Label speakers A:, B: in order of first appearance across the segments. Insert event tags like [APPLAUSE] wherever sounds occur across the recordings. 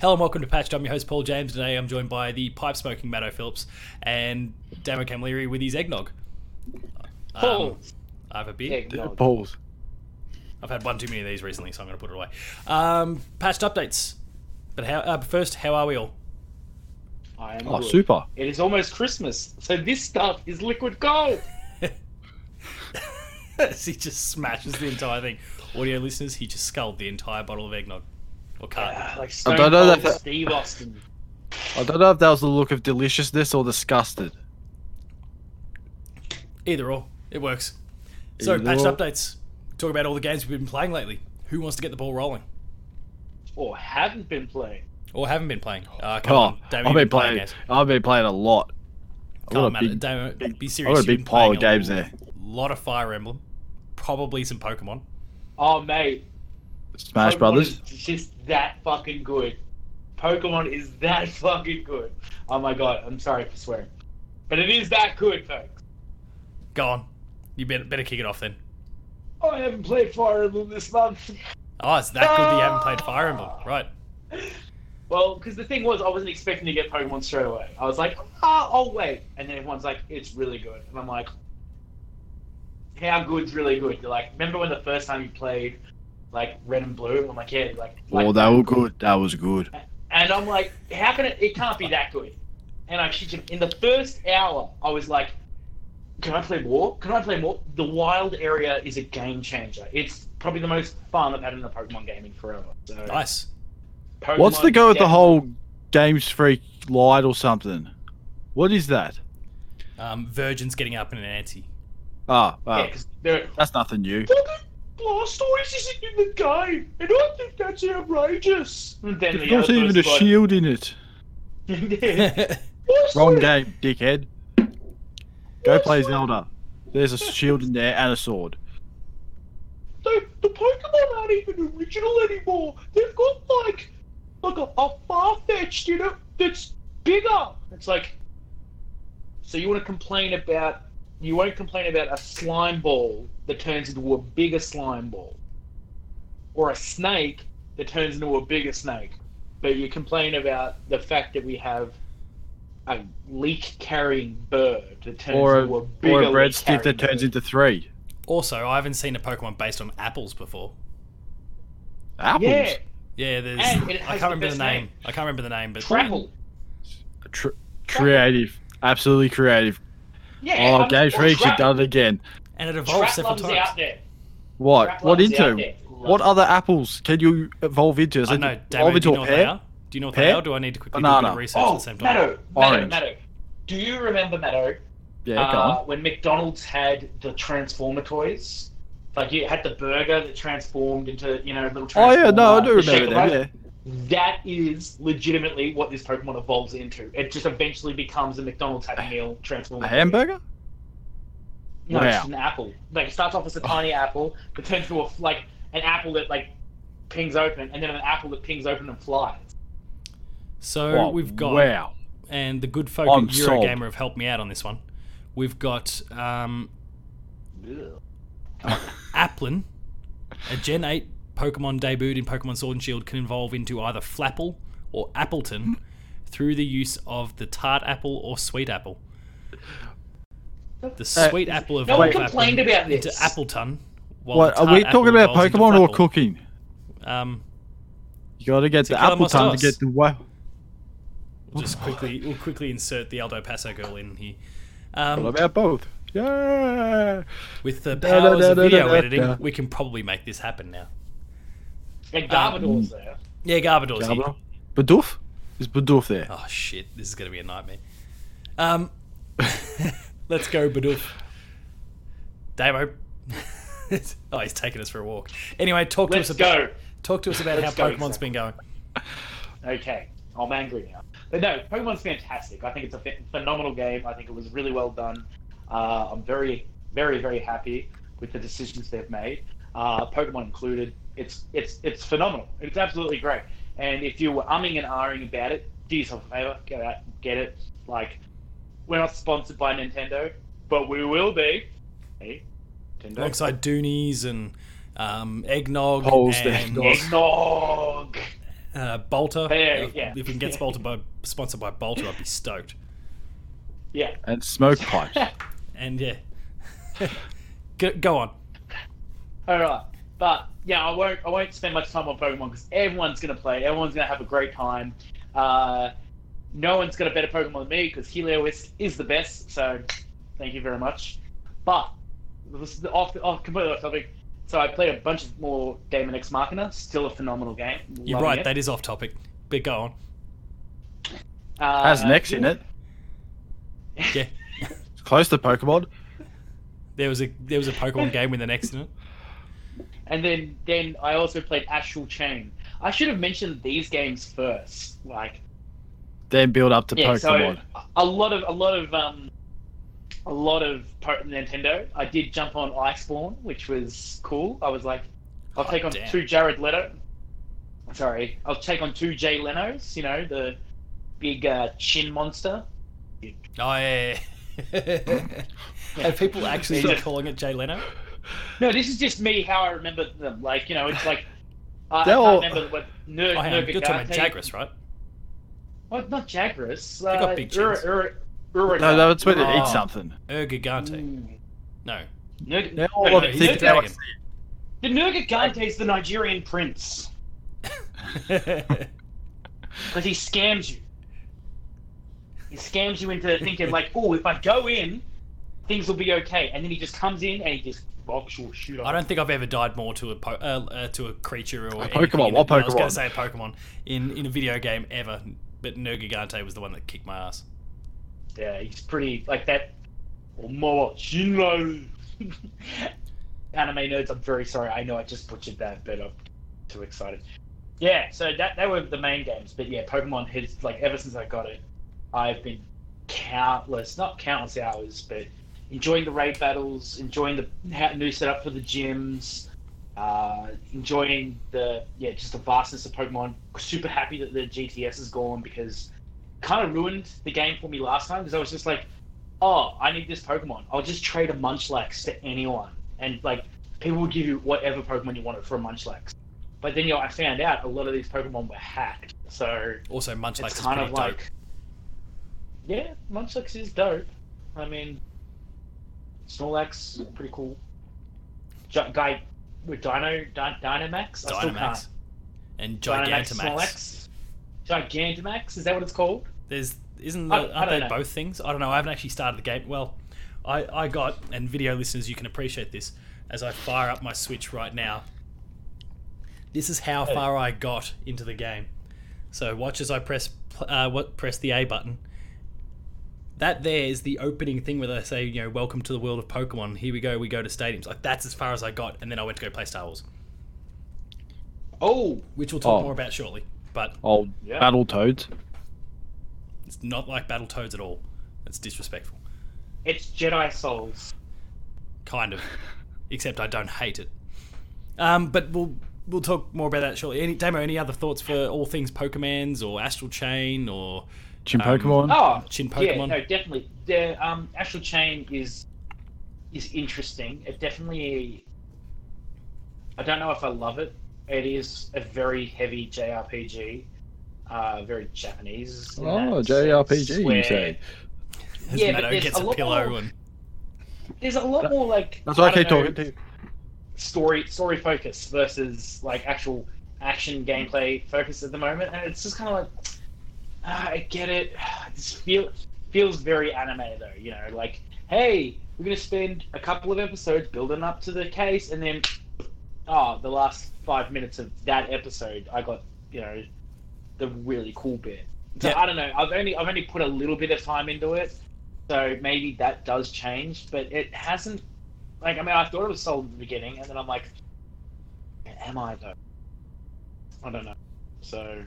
A: Hello and welcome to Patched. I'm your host Paul James. Today I'm joined by the pipe smoking Matto Phillips and Dan O'Camleary with his eggnog. Um,
B: Balls.
A: I have a beer.
B: Eggnog.
C: Balls.
A: I've had one too many of these recently, so I'm going to put it away. Um, patched updates. But how, uh, first, how are we all? [LAUGHS]
B: I am
C: Oh,
B: good.
C: super.
B: It is almost Christmas, so this stuff is liquid
C: [SIGHS]
B: gold.
A: As he just smashes the entire thing. Audio listeners, he just sculled the entire bottle of eggnog. Or carton.
B: Like Stone
C: don't know
B: Cold
C: that-
B: Steve Austin.
C: I don't know if that was the look of deliciousness or disgusted.
A: Either or, it works. So,
C: Either
A: patched
C: or.
A: updates. Talk about all the games we've been playing lately. Who wants to get the ball rolling?
B: Or haven't been playing.
A: Or haven't been playing? Uh, come
C: Oh,
A: on, Damien,
C: I've
A: you've
C: been playing.
A: games.
C: I've been playing a lot. I've
A: Come
C: got
A: on,
C: a
A: man.
C: big,
A: Damien,
C: big-
A: be
C: I've
A: serious.
C: got a
A: you've
C: big
A: been
C: pile
A: playing
C: of games
A: a
C: there.
A: lot of Fire Emblem. Probably some Pokemon.
B: Oh mate,
C: Smash
B: Pokemon
C: Brothers.
B: is just that fucking good. Pokemon is that [LAUGHS] fucking good. Oh my god, I'm sorry for swearing, but it is that good, folks.
A: Go on. You better, better kick it off then.
B: Oh, I haven't played Fire Emblem this month. [LAUGHS]
A: Oh, it's that good that you haven't played Fire Emblem. Right.
B: Well, because the thing was, I wasn't expecting to get Pokemon straight away. I was like, ah, I'll wait. And then everyone's like, it's really good. And I'm like, how good's really good? You're like, remember when the first time you played, like, Red and Blue? I'm like, yeah, like, like
C: Oh, that was good. That was good.
B: and I'm like, how can it? It can't be that good. And I shit you, in the first hour, I was like, can I play more? Can I play more? The wild area is a game changer. It's probably the most fun I've had in a Pokemon game in forever. So,
A: Nice.
C: What's the
B: Pokemon
C: go with the
B: definitely-
C: whole Games Freak light or something? What is that?
A: Um, Virgin's getting up in an ante. [LAUGHS]
C: Ah, ah,
B: Yeah, 'cause they're,
C: that's nothing new.
B: Fucking Blastoise isn't in the game, and I think that's outrageous. And then
C: There's
B: the
C: not
B: other
C: even a
B: person's [LAUGHS]
C: shield in it.
B: like,
A: That's
B: "Blastoise,
C: Wrong game, dickhead. Go
B: Blastoise,
C: play Zelda. There's a shield in there and a sword.
B: The, the Pokemon aren't even original anymore. They've got like, like a, a far-fetched, you know, that's bigger. It's like, so you want to complain about? You won't complain about a slime ball that turns into a bigger slime ball, or a snake that turns into a bigger snake, but you complain about the fact that we have. A leek carrying bird that turns
C: Or a,
B: into a
C: or
B: bigger
C: a breadstick
B: leek-carrying
C: that turns
B: bird.
C: into three.
A: Also, I haven't seen a Pokemon based on apples before.
C: Apples.
B: yeah,
A: Yeah, there's.
B: And it
A: I can't
B: has the
A: remember the
B: best
A: name.
B: name.
A: I can't remember the name, but
B: travel.
C: Tr- creative. Absolutely creative.
B: Yeah.
C: Oh,
B: I'm-
C: Games
B: or
C: Freak, you've
B: travel.
C: done it again.
A: and it evolves
B: Trap
A: several
B: loves
A: times.
B: out there.
C: What?
B: Trap
C: What
B: loves out
C: into?
B: there.
C: What other apples can you evolve into? Is
A: I
C: it
A: know.
C: evolve
A: Damien, do you
C: into
A: know
C: a
A: what they
C: pear?
A: are? Do you know what they
C: Pear?
A: are? Do I need to quickly do a bit
C: Banana.
A: of research at
B: Oh,
A: the same time?
B: Meadow, Meadow,
C: Orange.
B: Meadow. Do you remember Meadow?
C: Yeah, go
B: uh,
C: on.
B: When McDonald's had the Transformer toys, like you had the burger that transformed into you know little.
C: Oh yeah, no, I
B: Transformer,
C: do
B: the shaker
C: remember them.
B: bun?
C: Yeah.
B: That is legitimately what this Pokemon evolves into. It just eventually becomes a McDonald's Happy Meal Transformer.
C: A hamburger?
B: No, it's
C: Wow.
B: just an apple. Like it starts off as a tiny apple, but turns into a f- like an apple that like pings open, and then an apple that pings open and flies.
A: So
C: Wow,
A: we've got.
C: Wow.
A: And the good folk
C: I'm
A: at
C: sold.
A: Eurogamer have helped me out on this one. We've got um, Applin, a Gen 8 Pokemon debuted in Pokemon Sword and Shield, can evolve into either Flapple or Appleton [LAUGHS] through the use of the tart apple or sweet apple. The sweet apple
B: Uh, no one
A: evolves
B: complained
A: Applin
B: about
A: into
B: this.
A: Appleton. While
C: What
A: the
C: are
A: tart
C: we
A: apple
C: talking about?
A: evolves into
C: Pokemon or
A: Flapple.
C: cooking?
A: Um,
C: You gotta get the
A: Killer
C: apple time to
A: Mustache.
C: get the wow.
A: we'll just quickly we'll quickly insert the Aldo Paso girl in here.
C: What
A: Um,
C: about both? Yeah.
A: with the
C: da,
A: powers
C: da,
A: of
C: da,
A: video
C: da, da.
A: editing, we can probably make this happen now.
B: And Garbodor's there.
A: Yeah, Garbodor's here.
C: Gabba. Badoof? Is Badoof there?
A: Oh shit, this is gonna be a nightmare. Um, [LAUGHS] let's go, Badoof. Damo. [LAUGHS] oh, he's taking us for a walk. Anyway, talk
B: Let's
A: to us about
B: go.
A: talk to us about
B: Let's
A: how
B: go,
A: Pokemon's
B: Zach.
A: been going.
B: Okay, I'm angry now. But no, Pokemon's fantastic. I think it's a ph- phenomenal game. I think it was really well done. Uh, I'm very, very, very happy with the decisions they've made, uh, Pokemon included. It's it's it's phenomenal. It's absolutely great. And if you were umming and ahhing about it, do yourself a favor, go out, get it. Like, we're not sponsored by Nintendo, but we will be. Hey, Nintendo.
A: Alongside Doonies and um, eggnog
C: Poles
A: and
C: the eggnog.
B: Eggnog.
A: Uh, Bolter.
B: Yeah,
A: uh,
B: yeah.
A: If we can get Bolter by, sponsored by Bolter, I'd be stoked.
B: Yeah.
C: And
B: [LAUGHS]
C: smoke pipes.
A: And yeah, [LAUGHS] go, go on.
B: All right, but yeah, I won't. I won't spend much time on Pokemon because everyone's gonna play. Everyone's gonna have a great time. Uh, no one's got a better Pokemon than me because Heliolisk is the best. So, thank you very much. But this is off, off completely off topic. So I played a bunch of more Damon X Machina. Still a phenomenal game.
A: You're
B: Loving
A: right.
B: it.
A: That is off topic. But go on.
B: uh,
C: Has an X in it.
A: Yeah,
C: It's close to Pokemon.
A: there was a there was a
B: [LAUGHS]
A: Pokemon game with an X in it.
B: And then then I also played Astral Chain. I should have mentioned these games first. Like
C: Then build up to
B: yeah,
C: Pokemon.
B: so a- a lot of a lot of um, a lot of po- Nintendo. I did jump on Iceborne, which was cool. I was like, I'll
A: Hot
B: take on
A: damn.
B: two Jared Leto. Sorry, I'll take on two Jay Leno's. You know the big uh, chin monster.
A: Oh yeah. [LAUGHS] Are people actually
B: Yeah.
A: calling it Jay Leno?
B: No, this is just me how I remember them. Like you know, it's like I, I
C: They're
B: can't
C: all-
B: remember what Ner-
A: Oh, hang on. You're talking about
B: Nergigante-
A: Jagras, right?
B: What? Not Jagras. uh, They
A: got big chins.
C: No, that's when it
A: Oh.
C: eats something.
B: Mm.
A: Ergigante. No.
B: Nurg-
C: They're all
B: no,
C: up
B: Hmm. no,
A: he's
C: thick
A: a
B: Nurg-
A: dragon.
B: The Nurgagante is the Nigerian prince because he scams you. He scams you into thinking like, "Oh, if I go in, things will be okay," and then he just comes in and he just rocks your shoot
A: [LAUGHS] I don't think I've ever died more to a po- uh, uh, to a creature or
C: A
A: anything
C: Pokemon,
A: in
C: what
A: I was going
C: Pokemon?
A: to say a Pokemon in, in a video game ever, but Nergigante was the one that kicked my ass.
B: Yeah, he's pretty like that. Omoa Shinro. Anime nerds, I'm very sorry. I know I just butchered that, but I'm too excited. Yeah, so that they were the main games, but yeah, Pokemon has like ever since I got it, I've been countless, not countless hours, but enjoying the raid battles, enjoying the ha- new setup for the gyms, uh, enjoying the yeah, just the vastness of Pokemon. Super happy that the GTS is gone because kind of ruined the game for me last time because I was just like, oh, I need this Pokemon. I'll just trade a Munchlax to anyone, and like people will give you whatever Pokemon you wanted for a Munchlax. But then you know, I found out a lot of these Pokemon were hacked, so
A: Also, Munchlax
B: it's
A: is
B: kind
A: pretty dope.
B: of like, yeah, Munchlax is dope. I mean, Snorlax pretty cool. Gi- guy with Dino Dy- Dynamax. I still
A: Dynamax
B: can't.
A: and
B: Dynamax,
A: Gigantamax.
B: Snorlax. Gigantamax is that what it's called?
A: There's isn't
B: I-
A: there,
B: I
A: aren't
B: don't
A: they
B: know.
A: both things? I don't know. I haven't actually started the game. Well, I I got and video listeners you can appreciate this as I fire up my Switch right now. This is how far I got into the game. So watch as I press pl- uh, what press the A button. That there is the opening thing where they say, you know, welcome to the world of Pokemon. Here we go, we go to stadiums. Like that's as far as I got, and then I went to go play Star Wars,
B: Oh,
A: which we'll talk
C: Oh.
A: more about shortly. But
C: Old
B: Yeah.
C: battle toads.
A: it's not like Battletoads at all. It's disrespectful.
B: It's Jedi Souls.
A: kind of, except I don't hate it. Um, but we'll we'll talk more about that shortly. Any demo? Any other thoughts for all things Pokemans or Astral Chain or
C: Chin
A: Um,
C: Pokemon.
B: Oh,
A: Chin
B: yeah,
A: Pokemon?
B: no, definitely. The um, Astral Chain is is interesting. It definitely. I don't know if I love it. It is a very heavy JRPG, uh, very Japanese. in
C: Oh,
B: that
C: JRPG,
B: sense,
C: you
B: where
C: say.
A: as
B: Yeah, but
A: Meadow
B: there's
A: gets
B: a
A: a
B: lot
A: pillow
B: more-
A: and
B: There's a lot more like.
C: That's why I keep
B: don't know,
C: talking to you.
B: story story focus versus like actual action gameplay focus at the moment, and it's just kind of like ah, I get it. [SIGHS] This feel feels very anime though, you know, like hey, we're gonna spend a couple of episodes building up to the case, and then oh, the last five minutes of that episode, I got you know the really cool bit. So
A: Yeah.
B: I don't know. I've only I've only put a little bit of time into it, so maybe that does change, but it hasn't like, I mean, I thought it was sold at the beginning, and then I'm like, am I though? I don't know. So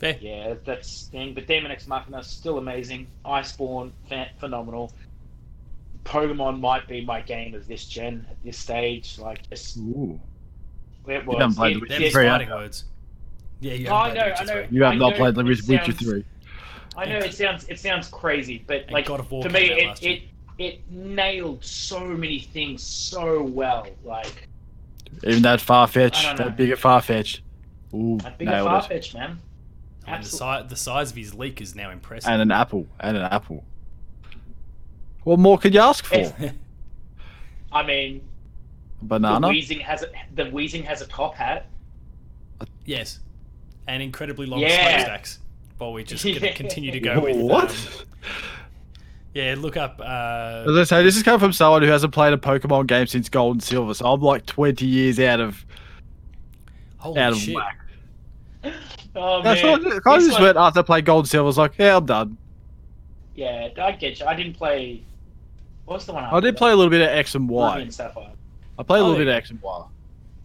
A: fair.
B: yeah, that's the thing. But Demon X Machina still amazing. Iceborne, fan- phenomenal. Pokemon might be my game of this gen at this stage. Like, just
C: Ooh.
B: it
C: haven't
B: was.
C: played
B: it-
C: with
A: Them
C: Yeah,
B: it-
C: very
A: fighting words. Yeah, you
B: Oh, I
A: haven't played
B: know,
A: Witcher
B: I know.
A: three.
C: You have
B: I
C: not
B: know
C: played The
B: it
C: Witch- Witcher
B: sounds-
C: 3.
B: I know it sounds it sounds crazy, but
A: And
B: like
A: God of War
B: to
A: came
B: me,
A: out
B: it,
A: last year.
B: it it nailed so many things so well. Like,
C: Even that far fetched,
B: I don't know.
C: that big at far fetched. Ooh,
B: That big a
C: nailed
B: far
C: it.
B: fetch, man.
A: I mean, the,
B: Absolutely.
A: si- the size of his leak is now impressive.
C: And an apple. And an apple. What more could you ask for?
B: It's- I mean, the
C: Banana?
B: wheezing has a, the wheezing has a top hat.
A: yes, and incredibly long
B: Yeah.
A: smokestacks. While we just gonna
B: [LAUGHS] Yeah.
A: continue to go with
C: what?
A: um, yeah, look up. Uh,
C: As I say, this is coming from someone who hasn't played a Pokemon game since Gold and Silver, so I'm like 20 years out of
A: holy
C: out of
A: shit!
C: whack.
B: Oh
C: That's
B: man,
C: what, I kind of
B: It's
C: just
B: like-
C: went after I played Gold and Silver. I was like, yeah, I'm done.
B: Yeah, I get you. I didn't play. What was the one?
C: I did play a little bit of X and
B: Y.
C: Y.
B: Sapphire.
C: I played a
A: Oh,
C: little
A: yeah.
C: bit of X and Y.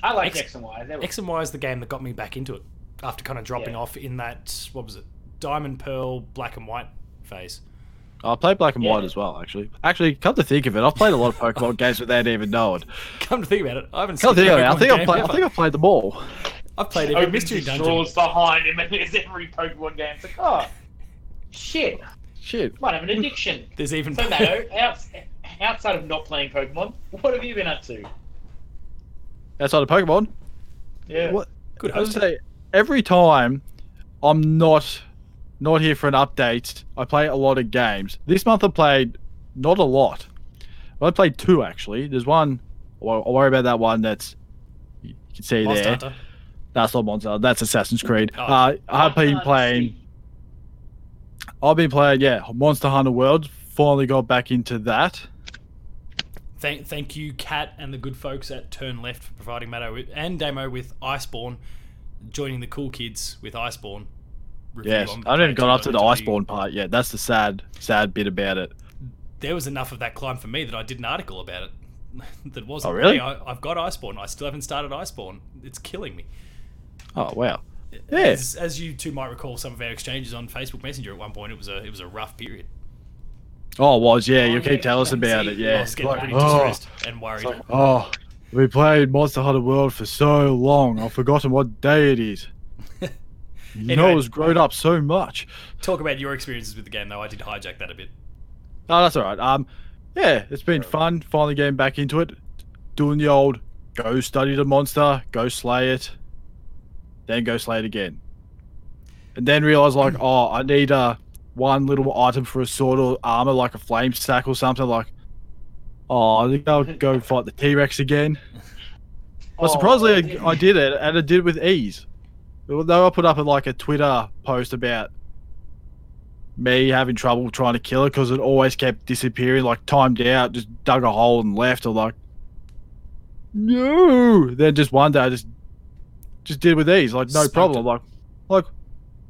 B: I like
A: X-
B: X, and Y. They were,
A: X and Y is the game that got me back into it after kind of dropping
B: Yeah.
A: off in that what was it, Diamond Pearl Black and White phase. [LAUGHS]
C: Oh, I played Black and
B: Yeah.
C: White as well, actually. Actually, come to think of it, I've played a lot of
A: [LAUGHS]
C: Pokemon games without even knowing.
A: Come to think about it, I haven't.
C: Come to
A: seen
C: think of it, I
A: Pokemon
C: think I've
A: game
C: played, I
A: ever.
C: think I've played them all.
A: I've played every
B: opens
A: mystery
B: his
A: dungeon.
B: drawers behind him, and [LAUGHS] there's every Pokemon game. It's like, oh, shit,
C: Shit.
B: might
C: [LAUGHS]
B: have an addiction.
A: There's even
B: So Matto, outs- outside of not playing Pokemon, what have you been up to?
C: Outside of Pokemon,
B: Yeah.
C: What?
A: [LAUGHS] good
C: I was
A: host.
C: gonna say every time I'm not not here for an update. I play a lot of games. This month I played not a lot. I played two actually. There's one. I'll I'll worry about that one. That's you can see
A: Monster
C: there.
A: Hunter.
C: That's not Monster. That's Assassin's Creed.
A: Oh.
C: Uh, I've been
B: Uh,
C: playing. I've been playing. Yeah, Monster Hunter World. Finally got back into that.
A: Thank, thank you, Kat and the good folks at Turn Left for providing Matto with, and Damo with Iceborne, joining the cool kids with Iceborne. review
C: Yes,
A: on
C: I haven't even
A: page
C: got up to the
A: 22.
C: Iceborne part yet. That's the sad, sad bit about it.
A: There was enough of that climb for me that I did an article about it. [LAUGHS] that wasn't.
C: Oh, really?
A: hey, I, I've got Iceborne. I still haven't started Iceborne. It's killing me.
C: Oh wow. Yeah.
A: As, as you two might recall, some of our exchanges on Facebook Messenger at one point, it was a it was a rough period.
C: Oh, it was yeah.
B: Oh,
C: You keep
B: yeah,
C: telling us
B: I can
C: about
B: see.
C: it.
A: I
C: Yeah.
A: was getting
C: Like,
A: pretty
C: oh,
A: distressed and worried.
C: oh, we played Monster Hunter World for so long. I've forgotten what day it is. You know,
A: Anyway.
C: it's grown up so much.
A: Talk about your experiences with the game, though. I did hijack that a bit.
C: Oh, that's all right. Um, yeah, it's been fun. Finally getting back into it, doing the old go study the monster, go slay it, then go slay it again, and then realize like, oh, I need uh one little item for a sword or armor, like a flame sack or something. Like, oh, I think I'll go fight the T Rex again.
B: Oh,
C: But surprisingly, I, I did it, and I did it with ease. Though I put up like a Twitter post about me having trouble trying to kill it because it always kept disappearing, like timed out, just dug a hole and left, or like, no. Then just one day, I just just did it with ease, like no
A: Smoked
C: problem. Like, like,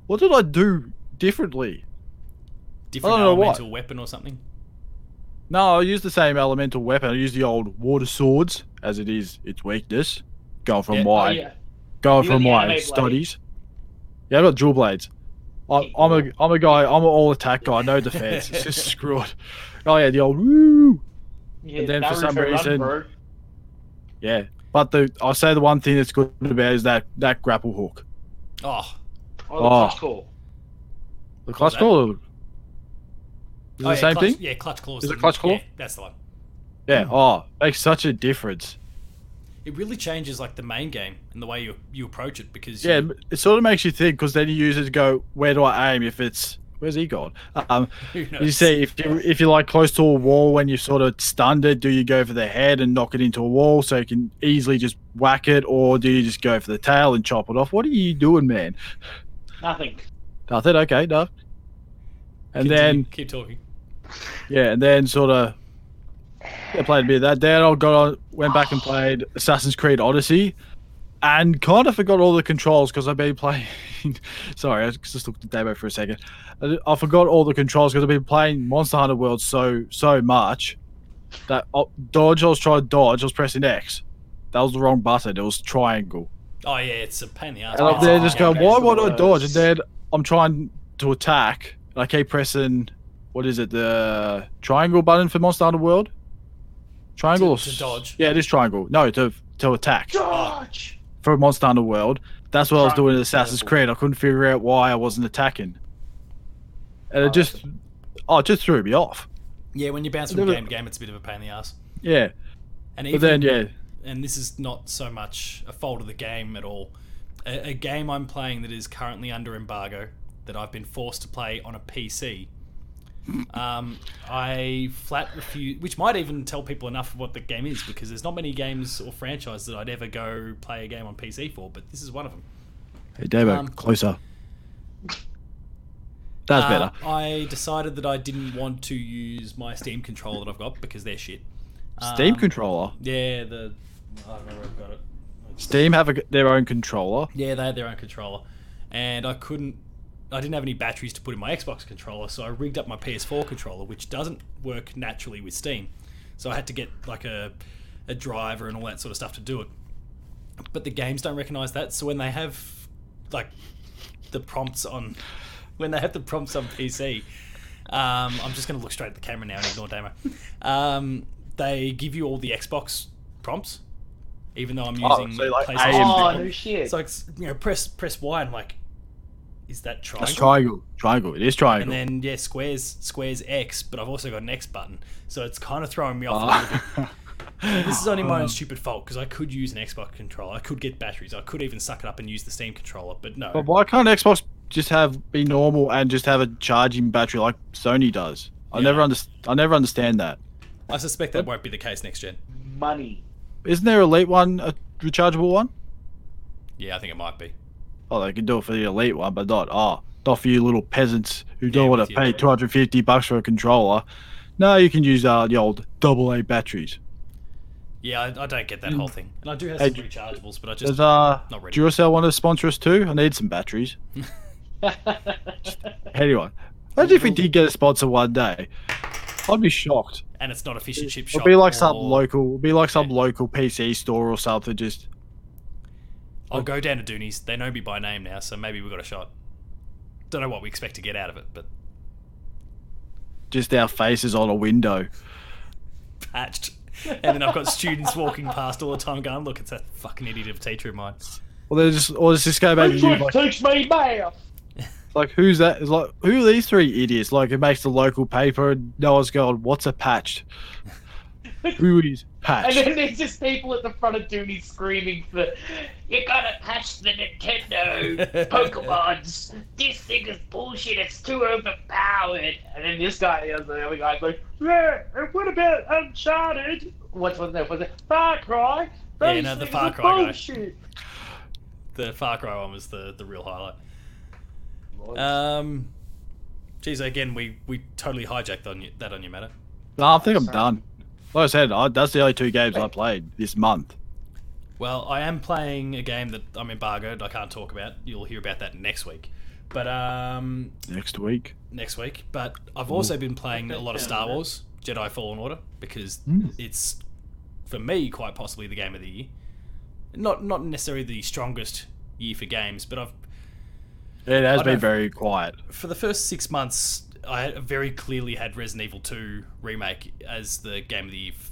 C: what did I do differently?
A: Different
C: I don't know what.
A: elemental weapon or something.
C: No, I used the same elemental weapon. I used the old water swords, as it is its weakness. Going from
A: Yeah.
C: my
B: Oh, yeah.
C: going
B: You got
C: from
B: the
C: my
B: anime blade.
C: studies. Yeah, I've got dual blades. I, I'm a I'm a guy. I'm an all attack guy. No defense. it's just screw it. Oh yeah, the old woo.
B: yeah
C: And then for
B: Naruto
C: some
B: run,
C: reason-
B: bro.
C: Yeah, but the I'll say the one thing that's good about it is that that grapple hook.
A: Oh,
B: Oh, the clutch
C: Oh.
B: call.
C: The
A: Call
C: clutch
A: that-
C: call. Is it
A: Oh,
C: the
A: yeah,
C: same
A: clutch,
C: thing?
A: Yeah, clutch claws.
C: Is it
A: the-
C: clutch claw?
A: Yeah, that's the one.
C: Yeah. Oh, makes such a difference.
A: It really changes like the main game and the way you you approach it because [LAUGHS]
C: Yeah,
A: you,
C: it sort of makes you think because then you use it to go, where do I aim? If it's where's he gone? Um,
A: who
C: You
A: knows?
C: see, if you if you're like close to a wall when you're sort of stunned it, do you go for the head and knock it into a wall so you can easily just whack it, or do you just go for the tail and chop it off? What are you doing, man?
B: Nothing.
C: Nothing. Okay, no. And
A: Continue,
C: then
A: keep talking.
C: yeah, and then sort of yeah, played a bit of that. Then I got on, went back and played Assassin's Creed Odyssey, and kind of forgot all the controls because I've been playing. [LAUGHS] sorry, I just looked at Dabo for a second. I, I forgot all the controls because I've been playing Monster Hunter World so so much that I, dodge. I was trying to dodge. I was pressing X. That was the wrong button. It was triangle.
A: Oh yeah, it's a pain in the ass.
C: And I'm
A: but
C: there
A: it's
C: just
A: a
C: going,
A: game.
C: why
B: that's
C: won't
B: the
C: I dodge? And
B: worst.
C: then I'm trying to attack, and I keep pressing, what is it, the triangle button for Monster Hunter World? Triangle?
A: To-
C: or
A: to
C: s-
A: dodge.
C: Yeah, it is triangle. No, to to attack
B: Dodge!
C: for Monster Hunter World. That's what I was doing in
B: Triangle's
C: Assassin's
B: terrible.
C: Creed. I couldn't figure out why I wasn't attacking. And it just, oh, it just threw me off.
A: Yeah, when you bounce from
C: Never-
A: game to game, it's a bit of a pain in the ass.
C: Yeah,
A: And
C: but
A: even
C: then yeah,
A: and this is not so much a fault of the game at all. a, a game I'm playing that is currently under embargo that I've been forced to play on a PC. Um, I flat refuse, which might even tell people enough of what the game is because there's not many games or franchise that I'd ever go play a game on PC for, but this is one of them.
C: Hey, Davo,
A: Um,
C: closer. That's
A: Uh,
C: better.
A: I decided that I didn't want to use my Steam controller that I've got because they're shit.
C: Steam
A: um,
C: controller.
A: Yeah, the I remember I've got it.
C: Steam have a, their own controller.
A: Yeah, they had their own controller, and I couldn't. I didn't have any batteries to put in my Xbox controller, so I rigged up my PS4 controller, which doesn't work naturally with Steam. So I had to get like a a driver and all that sort of stuff to do it. But the games don't recognise that, so when they have like the prompts on when they have the prompts on PC, um, I'm just going to look straight at the camera now and ignore Damo. Um, they give you all the Xbox prompts, even though I'm using
C: Oh, so, like,
A: PlayStation
C: aim
B: Oh,
A: controller.
B: no shit.
A: It's like you know, press press Y and like, is that triangle?
C: That's triangle. Triangle. It is
A: and
C: triangle.
A: then yeah, squares squares X, but I've also got an X button, so it's kind of throwing me off. A little bit.
C: Ah. [LAUGHS] Uh,
A: And This is only my own stupid fault because I could use an Xbox controller, I could get batteries, I could even suck it up and use the Steam controller, but no.
C: but why can't Xbox just have be normal and just have a charging battery like Sony does? I
A: Yeah.
C: never underst- I never understand that.
A: I suspect that won't be the case next gen. [LAUGHS]
B: Money.
C: Isn't there a late one, a rechargeable one?
A: Yeah, I think it might be.
C: Oh, they can do it for the elite one, but not oh, not for you little peasants who don't
A: Yeah,
C: want
A: with
C: to
A: you.
C: pay two hundred fifty bucks for a controller. No, you can use uh, the old double A batteries.
A: Yeah, I, I don't get that whole thing, and I do have
C: Mm. Hey,
A: some rechargeables, but I just
C: Does uh,
A: not ready.
C: Duracell want to sponsor us too? I need some batteries. Anyone, imagine if we did get a sponsor one day. I'd be shocked.
A: and it's not a fish and chip shop.
C: It'd be like some
A: or-
C: local, it'd be like some
A: Yeah.
C: local PC store or something. Just
A: I'll go down to Dooney's. They know me by name now, so maybe we got a shot. Don't know what we expect to get out of it, but
C: just our faces on a window.
A: patched. And then I've got students walking past all the time going, look, it's that fucking idiot of a teacher of mine.
C: Or they just, or just go back to
B: That's
C: you,
B: what
C: like,
B: takes me math.
C: like who's that? It's like who are these three idiots? Like it makes the local paper. and No one's going. What's
A: [LAUGHS]
C: a patched? Who is
B: And
C: patched?
B: then there's just people at the front of Dooney screaming for, "You gotta patch
A: [LAUGHS]
B: the Nintendo Pokemon's. This thing is bullshit. It's too overpowered." And then this guy, the other guy's like, "Yeah, and what about Uncharted? What's was that? Was it Far Cry?
A: Yeah,
B: Those
A: no, the
B: things
A: Far
B: are
A: Cry guy.
B: bullshit."
A: The Far Cry one was the, the real highlight. Um, geez, again, we, we totally hijacked on you, that on you, matter.
C: No, I think I'm done. Like I said, I, that's the only two games I played this month.
A: Well, I am playing a game that I'm embargoed. I can't talk about. You'll hear about that next week. But um,
C: Next week,
A: next week. But I've also been playing a lot of Star Wars Jedi Fallen Order because
C: Mm.
A: it's for me quite possibly the game of the year. Not not necessarily the strongest year for games, but I've
C: it has
A: I
C: been
A: don't-
C: very quiet.
A: for the first six months I had- very clearly had Resident Evil Two remake as the game of the year, f-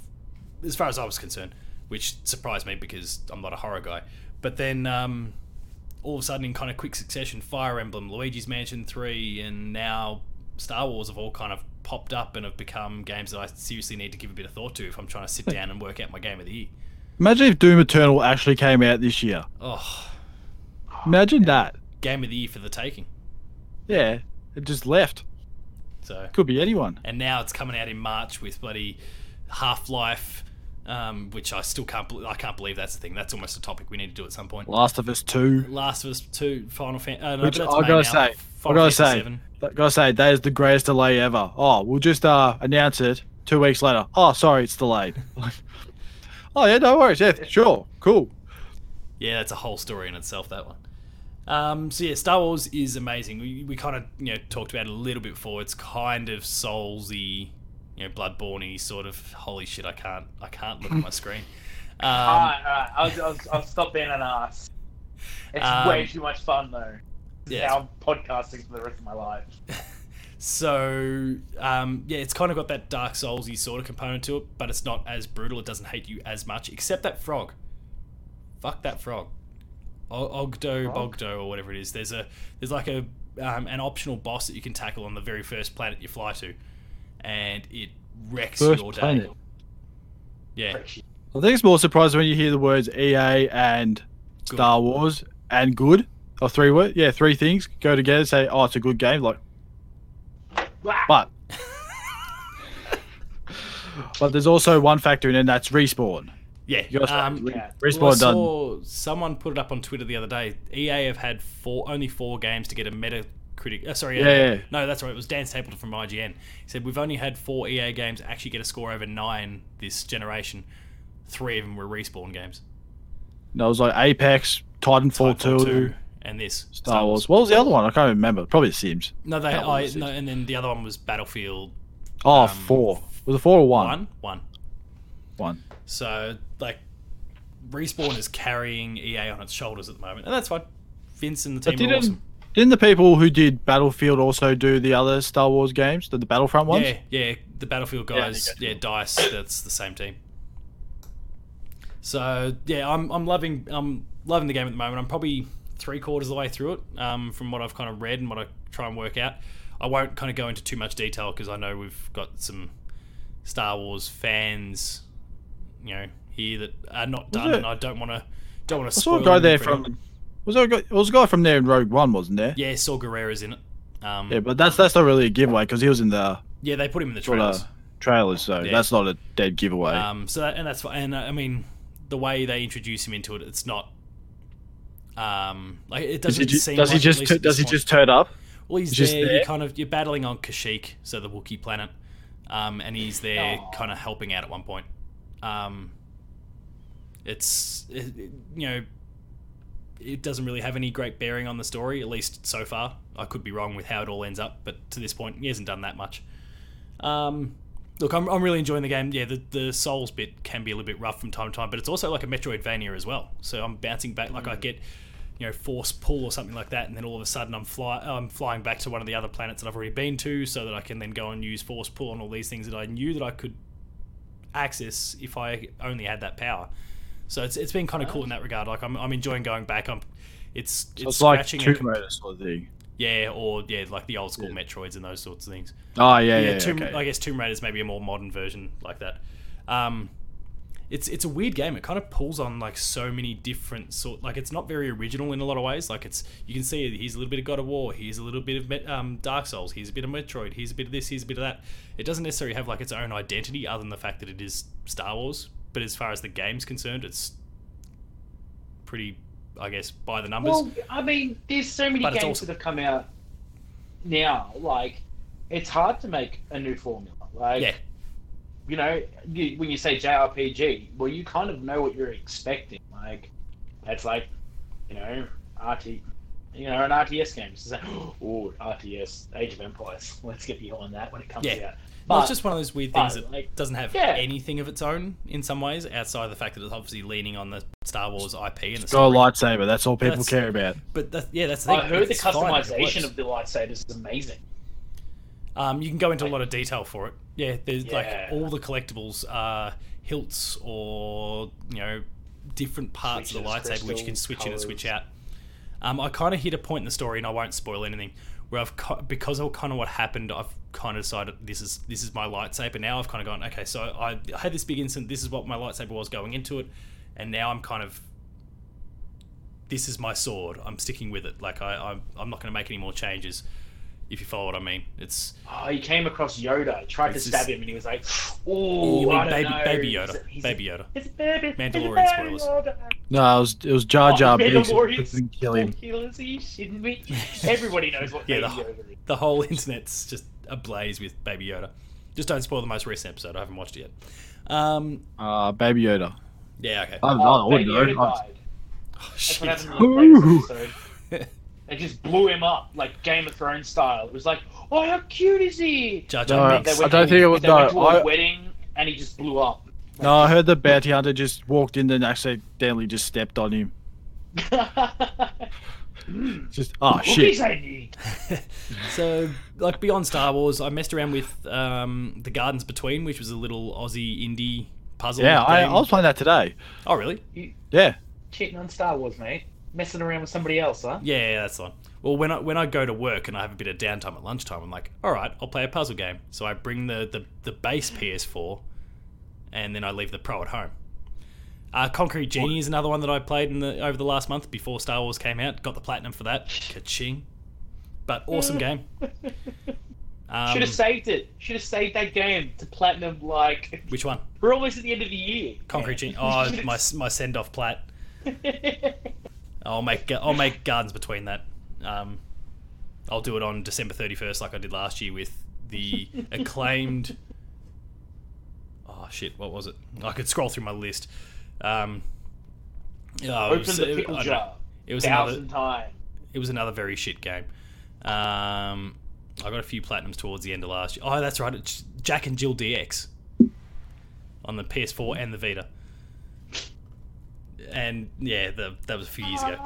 A: as far as I was concerned, which surprised me because I'm not a horror guy. But then. Um, all of a sudden in kind of quick succession Fire Emblem, Luigi's Mansion 3, and now Star Wars have all kind of popped up and have become games that I seriously need to give a bit of thought to if I'm trying to sit down and work out my game of the year.
C: Imagine if Doom Eternal actually came out this year.
A: Oh,
C: Imagine that.
A: game of the year for the taking.
C: Yeah, it just left.
A: So,
C: Could be anyone.
A: and now it's coming out in March with bloody Half Life, um, which I still can't. bel I can't believe that's the thing. That's almost a topic we need to do at some point.
C: Last of Us Two.
A: Last of Us Two, Final Fantasy. Uh, no,
C: Which
A: but that's
C: I
A: May now.
C: gotta say, I
A: Final
C: gotta
A: Fantasy
C: say,
A: VII.
C: I gotta say, that is the greatest delay ever. Oh, we'll just uh announce it two weeks later. Oh, sorry, it's delayed. [LAUGHS] oh yeah, no worries. Yeah, sure, cool.
A: Yeah, that's a whole story in itself. That one. Um, so yeah, Star Wars is amazing. We, we kind of you know talked about it a little bit before. It's kind of Soulsy, you know, Bloodborne sort of. Holy shit, I can't I can't look at my screen. Um,
B: alright, alright. I'll, I'll, I'll stop being an ass. It's
A: Um,
B: way too much fun though. This
A: yeah,
B: is how I'm podcasting for the rest of my life.
A: so um, yeah, it's kind of got that Dark Soulsy sort of component to it, but it's not as brutal. It doesn't hate you as much, except that frog. Fuck that frog. O- Ogdo
B: Frog?
A: Bogdo or whatever it is. There's a there's like a um, an optional boss that you can tackle on the very first planet you fly to, and it wrecks
C: First
A: your day.
C: planet.
A: Yeah,
B: Friction.
C: I think it's more surprising when you hear the words EA E and
A: Good.
C: Star Wars and good or three word yeah three things go together say oh it's a good game like [LAUGHS] but but there's also one factor in it and that's respawn
A: Yeah.
C: You gotta start
A: um,
C: with
A: well,
C: respawn
A: I
C: done.
A: saw someone put it up on Twitter the other day. EA have had four only four games to get a Metacritic. Uh, sorry, uh,
C: Yeah, yeah.
A: no, that's right. It was Dan Stapleton from IGN. He said we've only had four EA games actually get a score over nine this generation. Three of them were respawn games.
C: and I was like Apex Titanfall,
A: Titanfall
C: 2,
A: and this
C: Star Wars what was the other one I can't remember probably Sims
A: No, they.
C: That one
A: I,
C: was
A: no, and then the other one was Battlefield
C: Oh,
A: Um,
C: four. was it four or one
A: One. One.
C: one
A: So like, respawn is carrying EA on its shoulders at the moment, and that's fine. Vince and the
C: But
A: team are
C: didn't
A: awesome.
C: didn't the people who did Battlefield also do the other Star Wars games, the, the Battlefront ones?
A: Yeah, yeah, the Battlefield
C: Yeah, I
A: guys,
C: think I
A: yeah, Dice, that's the same team. So yeah, I'm, I'm loving I'm loving the game at the moment. I'm probably three quarters of the way through it, um, from what I've kind of read and what I try and work out. I won't kind of go into too much detail because I know we've got some Star Wars fans, you know, here that are not done,
C: it-
A: and I don't want to don't want to
C: I saw
A: spoil.
C: a guy
A: anything
C: there
A: for anyone.
C: from was there a guy, was a guy from there in Rogue One, wasn't there?
A: yeah, Saw Guerrera's in it. Um,
C: Yeah, but uh, that's that's not really a giveaway because he was in the
A: yeah, they put him in the
C: sort
A: trailers.
C: of trailers, so
A: Yeah.
C: that's not a dead giveaway.
A: Um, so that, and that's fine. And uh, I mean, the way they introduce him into it, it's not. Um, like it
C: does
A: doesn't
C: he, ju-
A: seem.
C: does
A: like,
C: he
A: at
C: just
A: least
C: tu-
A: at
C: does
A: this
C: he
A: point-
C: just turn up?
A: Well, he's
C: just
A: there.
C: there?
A: You're kind of you're battling on Kashyyyk, so the Wookiee planet, um, and he's there, kind of helping out at one point. Um, it's it, it- you know, it doesn't really have any great bearing on the story, at least so far. I could be wrong with how it all ends up, but to this point, he hasn't done that much. Um, look, I'm, I'm really enjoying the game. Yeah, the, the Souls bit can be a little bit rough from time to time, but it's also like a Metroidvania as well. So I'm bouncing back, like
C: Mm.
A: I get, you know, force pull or something like that, and then all of a sudden I'm fly, I'm flying back to one of the other planets that I've already been to, so that I can then go and use force pull and all these things that I knew that I could access if I only had that power. So it's, it's been kind of cool in that regard. Like I'm, I'm enjoying going back. I'm, it's it's,
C: So it's like
A: scratching
C: two
A: and, comp-
C: motor sort of thing.
A: yeah, or yeah, like the old school Metroids and those sorts of things
C: Oh yeah, yeah.
A: yeah,
C: yeah,
A: Tomb,
C: okay.
A: I guess Tomb Raider is maybe a more modern version like that. Um, it's it's a weird game. It kind of pulls on like so many different sort. Like it's not very original in a lot of ways. Like it's you can see here's a little bit of God of War, here's a little bit of Met- um, Dark Souls, here's a bit of Metroid, here's a bit of this, here's a bit of that. It doesn't necessarily have like its own identity other than the fact that it is Star Wars. But as far as the game's concerned, it's pretty, I guess, by the numbers.
B: Well, I mean, there's so many
A: But it's
B: games
A: also-
B: that have come out now. Like, it's hard to make a new formula. Like,
A: yeah,
B: you know, you, when you say JRPG, well, you kind of know what you're expecting. Like, it's like, you know, RT, you know, an RTS game. It's just like, [GASPS] oh, RTS, Age of Empires. [LAUGHS] Let's get behind that when it comes
A: Yeah.
B: out.
A: Well, it's just one of those weird things
B: but,
A: that
B: like,
A: doesn't have
B: yeah.
A: anything of its own in some ways, outside of the fact that it's obviously leaning on the Star Wars IP and the
C: Got a
A: story.
C: lightsaber. That's all people
A: That's-
C: care about.
A: But that, yeah, that's the thing.
B: I heard the
A: It's fine, it works.
B: customization of the lightsabers is amazing.
A: Um, you can go into a lot of detail for it. Yeah, there's
B: Yeah.
A: like all the collectibles are hilts or you know different parts of the lightsaber
B: Switches,
A: which you can switch in and
B: crystals,
A: switch out. Um, I kind of hit a point in the story, and I won't spoil anything. Where I've co- because of kind of what happened, I've kind of decided this is this is my lightsaber now. I've kind of gone okay, so I, I had this big incident. This is what my lightsaber was going into it, and now I'm kind of this is my sword. I'm sticking with it. Like I, I'm, I'm not going to make any more changes. If you follow what I mean, it's
B: Oh, he came across Yoda, tried
A: It's
B: to
A: just-
B: stab him, and he was like, "Oh,
A: You mean
B: I don't
A: baby-
B: know."
A: baby
B: He's-
A: Yoda.
B: he's-
A: Baby Yoda.
B: It's a baby. it's a
A: Mandalorian
B: baby
A: spoilers.
B: Yoda.
C: No, it was it was Jar
B: Oh,
C: Jar Binks.
B: Mandalorian
C: [LAUGHS] Didn't kill him.
B: spoilers, he
A: [LAUGHS]
B: shouldn't be. Everybody knows what
A: Yeah,
B: baby
A: the-
B: Yoda is.
A: the whole [LAUGHS] internet's just ablaze with Baby Yoda. Just don't spoil the most recent episode. I haven't watched it yet. Um,
C: Uh, Baby Yoda.
A: yeah, okay.
C: I,
B: Oh,
C: I would
B: baby
C: know.
B: Yoda
C: I-
B: died.
A: Oh,
B: That's
A: shit.
B: what happened in the
C: Ooh.
B: latest episode.
A: [LAUGHS]
B: They just blew him up like Game of Thrones style. It was like, "Oh, how cute is he?"
A: Jar
C: No,
A: Jar
B: They
A: Binks.
C: I
B: went
C: don't
B: to-
C: think it was-
B: They went to
C: no,
B: a
C: I-
B: wedding and he just blew up. [LAUGHS]
C: No, I heard the bounty hunter just walked in and accidentally just stepped on him. Just oh
B: Cookies
C: shit.
B: I need.
A: so, like beyond Star Wars, I messed around with um, the Gardens Between, which was a little Aussie indie puzzle.
C: Yeah, I, I
A: game.
C: was playing that today.
A: Oh, really?
C: Yeah.
B: Cheating on Star Wars, mate. Messing around with somebody
A: [LAUGHS]
B: else, huh?
A: Yeah, yeah, that's the one. Well, when I when I go to work and I have a bit of downtime at lunchtime, I'm like, all right, I'll play a puzzle game. So I bring the the, the base PS4, and then I leave the Pro at home. Uh, Concrete Genie is another one that I played in the over the last month before Star Wars came out. Got the platinum for that. Ka-ching. But awesome game. Um,
B: Should have saved it. Should have saved that game to platinum. Like
A: which one?
B: we're almost at the end of the year.
A: Concrete Genie. Oh,
B: [LAUGHS]
A: my my send off plat. I'll make I'll make gardens between that. Um, I'll do it on December thirty first, like I did last year with
B: [LAUGHS]
A: the acclaimed. Oh shit! What was it? I could scroll through my list. Um, oh, it
B: Open
A: was,
B: the
A: I
B: pickle
A: don't-
B: jar.
A: It was another.
B: thousand times.
A: It was another very shit game. Um, I got a few platinums towards the end of last year. Oh, that's right. It's Jack and Jill DX on the PS4 and the Vita. And yeah, the, that was a few years ago.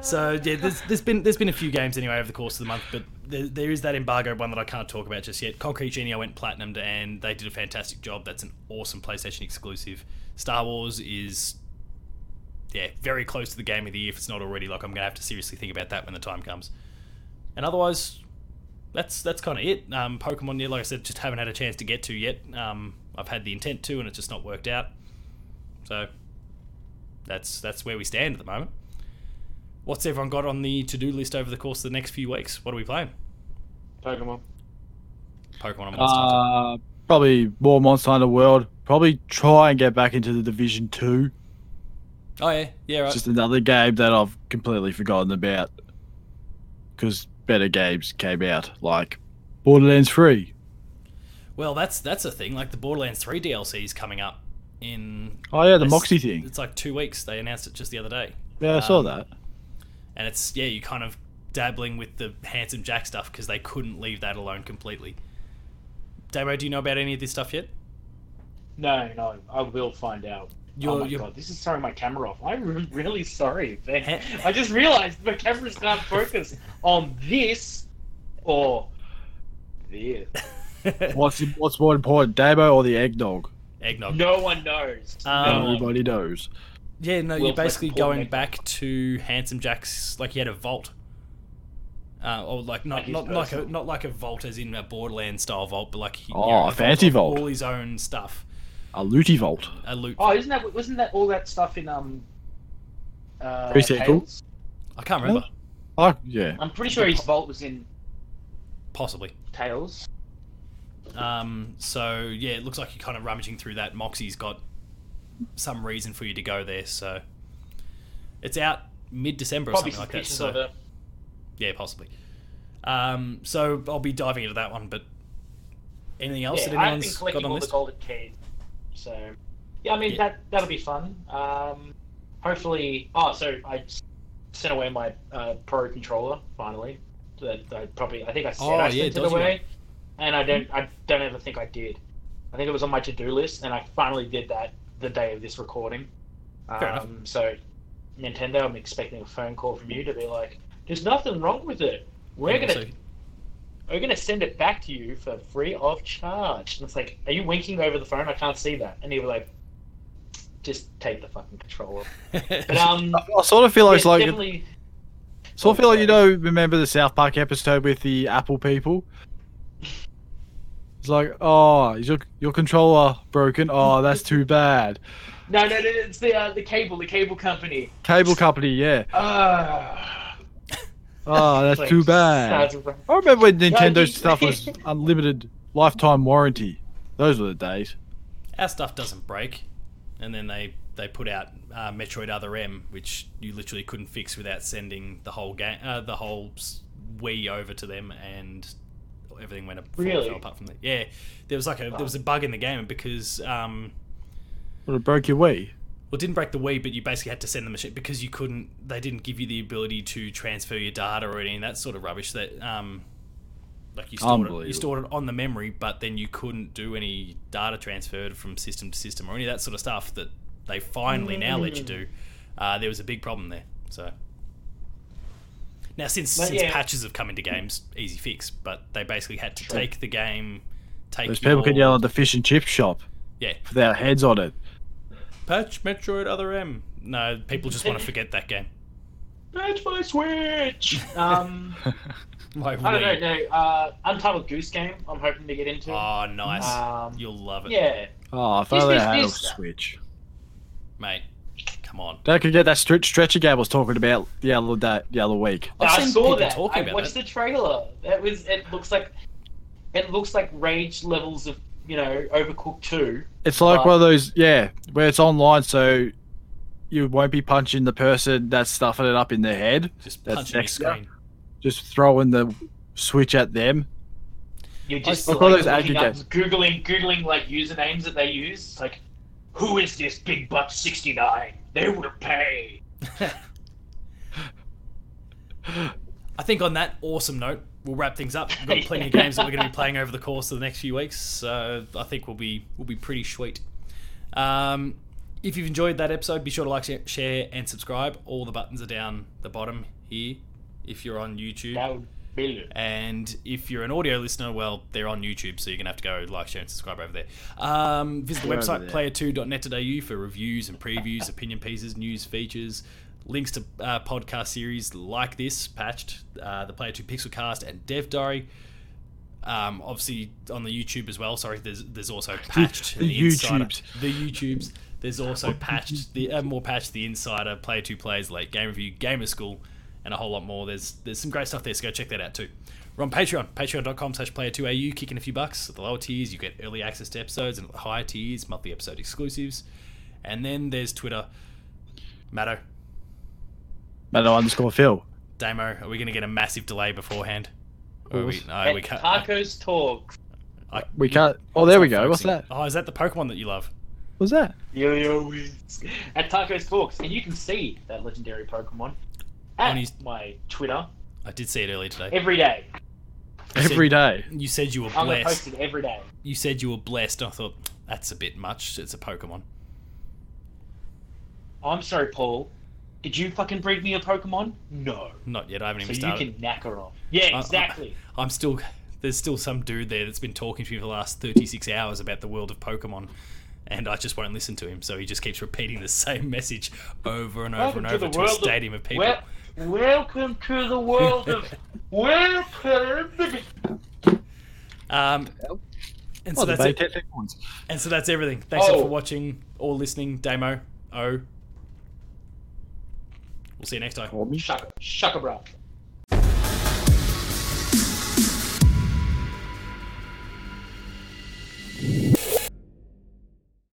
A: So yeah, there's, there's been there's been a few games anyway over the course of the month, but there, there is that embargo one that I can't talk about just yet. Concrete Genie I went platinumed and they did a fantastic job. That's an awesome PlayStation exclusive. Star Wars is yeah very close to the game of the year if it's not already. Like I'm gonna have to seriously think about that when the time comes. And otherwise, that's that's kind of it. Um, Pokemon, yeah, like I said, just haven't had a chance to get to yet. Um, I've had the intent to, and it's just not worked out. So that's that's where we stand at the moment. What's everyone got on the to do list over the course of the next few weeks? What are we playing?
B: Pokemon.
A: Pokemon and Monster Hunter.
C: Uh, probably more Monster Hunter World. Probably try and get back into the Division Two.
A: Oh yeah, yeah, right.
C: It's just another game that I've completely forgotten about because better games came out, like Borderlands Three.
A: well, that's that's a thing. Like the Borderlands Three DLC is coming up in
C: Oh yeah, the
A: It's-
C: Moxie thing.
A: It's like two weeks. They announced it just the other day,
C: Yeah, I saw
A: um,
C: that.
A: and it's yeah, you kind of dabbling with the handsome Jack stuff because they couldn't leave that alone completely. Damo, do you know about any of this stuff yet?
B: No, no, I will find out. oh
A: You're-
B: my
A: you're- [LAUGHS]
B: god, this is throwing my camera off. I'm re- really sorry, man.
A: Heh.
B: I just realised my camera's can't focus on this or this.
C: What's what's more important, Dabo or the eggnog?
A: Eggnog.
B: No one knows.
A: Um,
B: no one.
C: Everybody knows.
A: Yeah, no,
B: Well,
A: you're
B: it's like
A: basically
B: Paul
A: going
B: Nick.
A: back to Handsome Jack's. Like he had a vault, uh, or like
B: Like
A: not
B: his
A: not like a
B: personal.
A: not like a vault as in a Borderlands style vault, but like he,
C: Oh,
A: know,
C: a fancy
A: with
C: vault.
A: all his own stuff,
C: A looty vault.
A: a loot.
B: Oh, isn't that wasn't that all that stuff in um uh
C: Pre-sequel?
B: Tales?
A: I can't remember,
C: Oh yeah.
B: I'm pretty sure his vault was in
A: possibly.
B: Tails.
A: Um, so yeah, it looks like you're kind of rummaging through that. Moxie's got some reason for you to go there, so it's out mid December or
B: Probably
A: something
B: some
A: like that.
B: pictures
A: So.
B: of it.
A: Yeah, possibly. Um, so I'll be diving into that one, but anything else
B: Yeah,
A: that
B: I've been
A: anyone's got
B: collecting
A: on
B: all
A: this?
B: the golden keys. So, yeah, I mean
A: Yeah.
B: that that'll be fun. Um, hopefully. Oh, so I s- sent away my uh, pro controller finally. That I probably I think I said
A: Oh,
B: I
A: yeah,
B: sent it
A: dodgy
B: away, and I don't I don't ever think I did. I think it was on my to do list, and I finally did that the day of this recording.
A: Fair enough.
B: um, so, Nintendo, I'm expecting a phone call from you to be like, "There's nothing wrong with it. We're
A: And
B: gonna
A: also-
B: we're going to send it back to you for free of charge. And it's like, are you winking over the phone? I can't see that. And you were like, just take the fucking controller. [LAUGHS] But um,
C: I, I sort of feel like
B: yeah,
C: it's like
B: definitely,
C: sort of feel like you know remember the South Park episode with the Apple people. It's like, oh, is your your controller broken? Oh,
B: [LAUGHS]
C: that's too bad.
B: no, no, no, it's the uh, the cable, the cable company.
C: Cable company, yeah.
B: Uh,
C: Oh, that's
B: like,
C: too bad.
B: sounds wrong.
C: I remember when
B: No, you-
C: Nintendo stuff
B: [LAUGHS]
C: was unlimited lifetime warranty. Those were the days.
A: our stuff doesn't break, and then they they put out uh, Metroid Other M, which you literally couldn't fix without sending the whole game, uh, the whole s- Wii over to them, and everything went up.
B: Really?
A: Apart from that, yeah, there was like a there was a bug in the game because um,
C: Would it broke your Wii?
A: well, it didn't break the Wii, but you basically had to send the machine because you couldn't. They didn't give you the ability to transfer your data or any of that sort of rubbish. That um, like you stored it, you
C: Unbelievable.
A: stored it on the memory, but then you couldn't do any data transfer from system to system or any of that sort of stuff that they finally now let you
B: Mm.
A: do. Uh, there was a big problem there. So now since
B: But
A: since
B: yeah.
A: patches have come into games, easy fix. But they basically had to take the game. Take
C: Those people can
A: your-
C: yell at the fish and chip shop
A: Yeah,
C: with their heads on it.
A: patch Metroid Other M. No, people just
B: [LAUGHS]
A: want to forget that game.
B: That's my switch. Um,
C: [LAUGHS]
A: My
B: I don't know.
A: Wii.
B: No, uh, Untitled Goose Game. I'm hoping to get into.
A: Oh, nice.
B: Um,
A: You'll love it.
B: yeah,
C: Oh, if
B: This-
C: only
B: this-
C: I had a
B: this-
C: Switch.
A: mate. Come on.
C: That could get that stretch, stretcher guy was talking about the other day, the other week.
A: I've
B: I
A: seen
B: saw
A: people
B: that.
A: talking
B: Oh, I
A: about
B: watched
A: it.
B: the trailer. That was. It looks like. It looks like rage levels of you know Overcooked two.
C: It's like
B: Right.
C: one of those, yeah, where it's online, so you won't be punching the person that's stuffing it up in their head.
A: Just
C: That's
A: punching your
C: next up.
A: screen.
C: Just throwing the switch at them.
B: You're just
C: I
B: like,
C: call those
B: looking up,
C: aggregates.
B: googling googling like usernames that they use. It's like, who is this big butt sixty nine? They will pay.
A: [LAUGHS] I think on that awesome note, we'll wrap things up.
B: [LAUGHS]
A: We've got plenty of games that we're going to be playing over the course of the next few weeks, so I think we'll be we'll be pretty sweet. Um, if you've enjoyed that episode, be sure to like, share- share, and subscribe. All the buttons are down the bottom here. If you're on YouTube,
B: That would be
A: And if you're an audio listener, well, they're on YouTube, so you're going to have to go like, share, and subscribe over there. Um, visit the
C: Over
A: website
C: there.
A: player2.net.au for reviews and previews, opinion pieces, news, features, links to uh, podcast series like this, Patched, uh, the Player 2 Pixelcast, and Dev Diary. Um, obviously on the YouTube as well. Sorry, there's there's also patched
C: [LAUGHS] the
A: Insider-
C: YouTubes.
A: the YouTubes. There's
C: [LAUGHS]
A: also patched the uh, more patched the insider, player two plays, late game review, gamer school, and a whole lot more. There's there's some great stuff there, so go check that out too. We're on Patreon, patreon.com slash player two AU, kicking a few bucks. At the lower tiers you get early access to episodes and at the higher tiers, monthly episode exclusives. And then there's Twitter. Matto,
C: Mato underscore Phil.
A: Damo, are we gonna get a massive delay beforehand? Or are we, no, we
B: At
A: can't.
B: Tacos Talks.
A: I-
C: We can't. Oh, there we
A: Stop
C: go. What's
A: focusing.
C: that?
A: Oh, is that the Pokemon that you love?
C: What's that?
B: Yo At Tacos Talks, and you can see that legendary Pokemon at
A: On his-
B: my Twitter
A: I did see it earlier today.
B: every day.
A: said-
C: Every day.
A: You said you were
B: I'm gonna post
A: blessed.
B: it every day.
A: You said you were blessed. I thought that's a bit much. It's a Pokemon.
B: I'm sorry, Paul. Did you fucking breed me a Pokemon? No.
A: Not yet. I haven't
B: So
A: even
B: you
A: started.
B: can knacker off. Yeah,
A: I-
B: exactly.
A: I'm still. There's still some dude there that's been talking to me for the last 36 hours about the world of Pokemon, and I just won't listen to him. So he just keeps repeating the [LAUGHS] same message over and over
B: Welcome
A: and over to, a
B: world of-
A: stadium of people.
B: Wel- welcome to the world of welcome.
A: Um, and so
C: Oh, the
A: that's it.
C: Baycat Penguins.
A: And so that's everything. Thanks all
B: Oh.
A: for watching or listening. Demo O. We'll see you next time.
C: Call me.
B: Shaka, shaka, bro.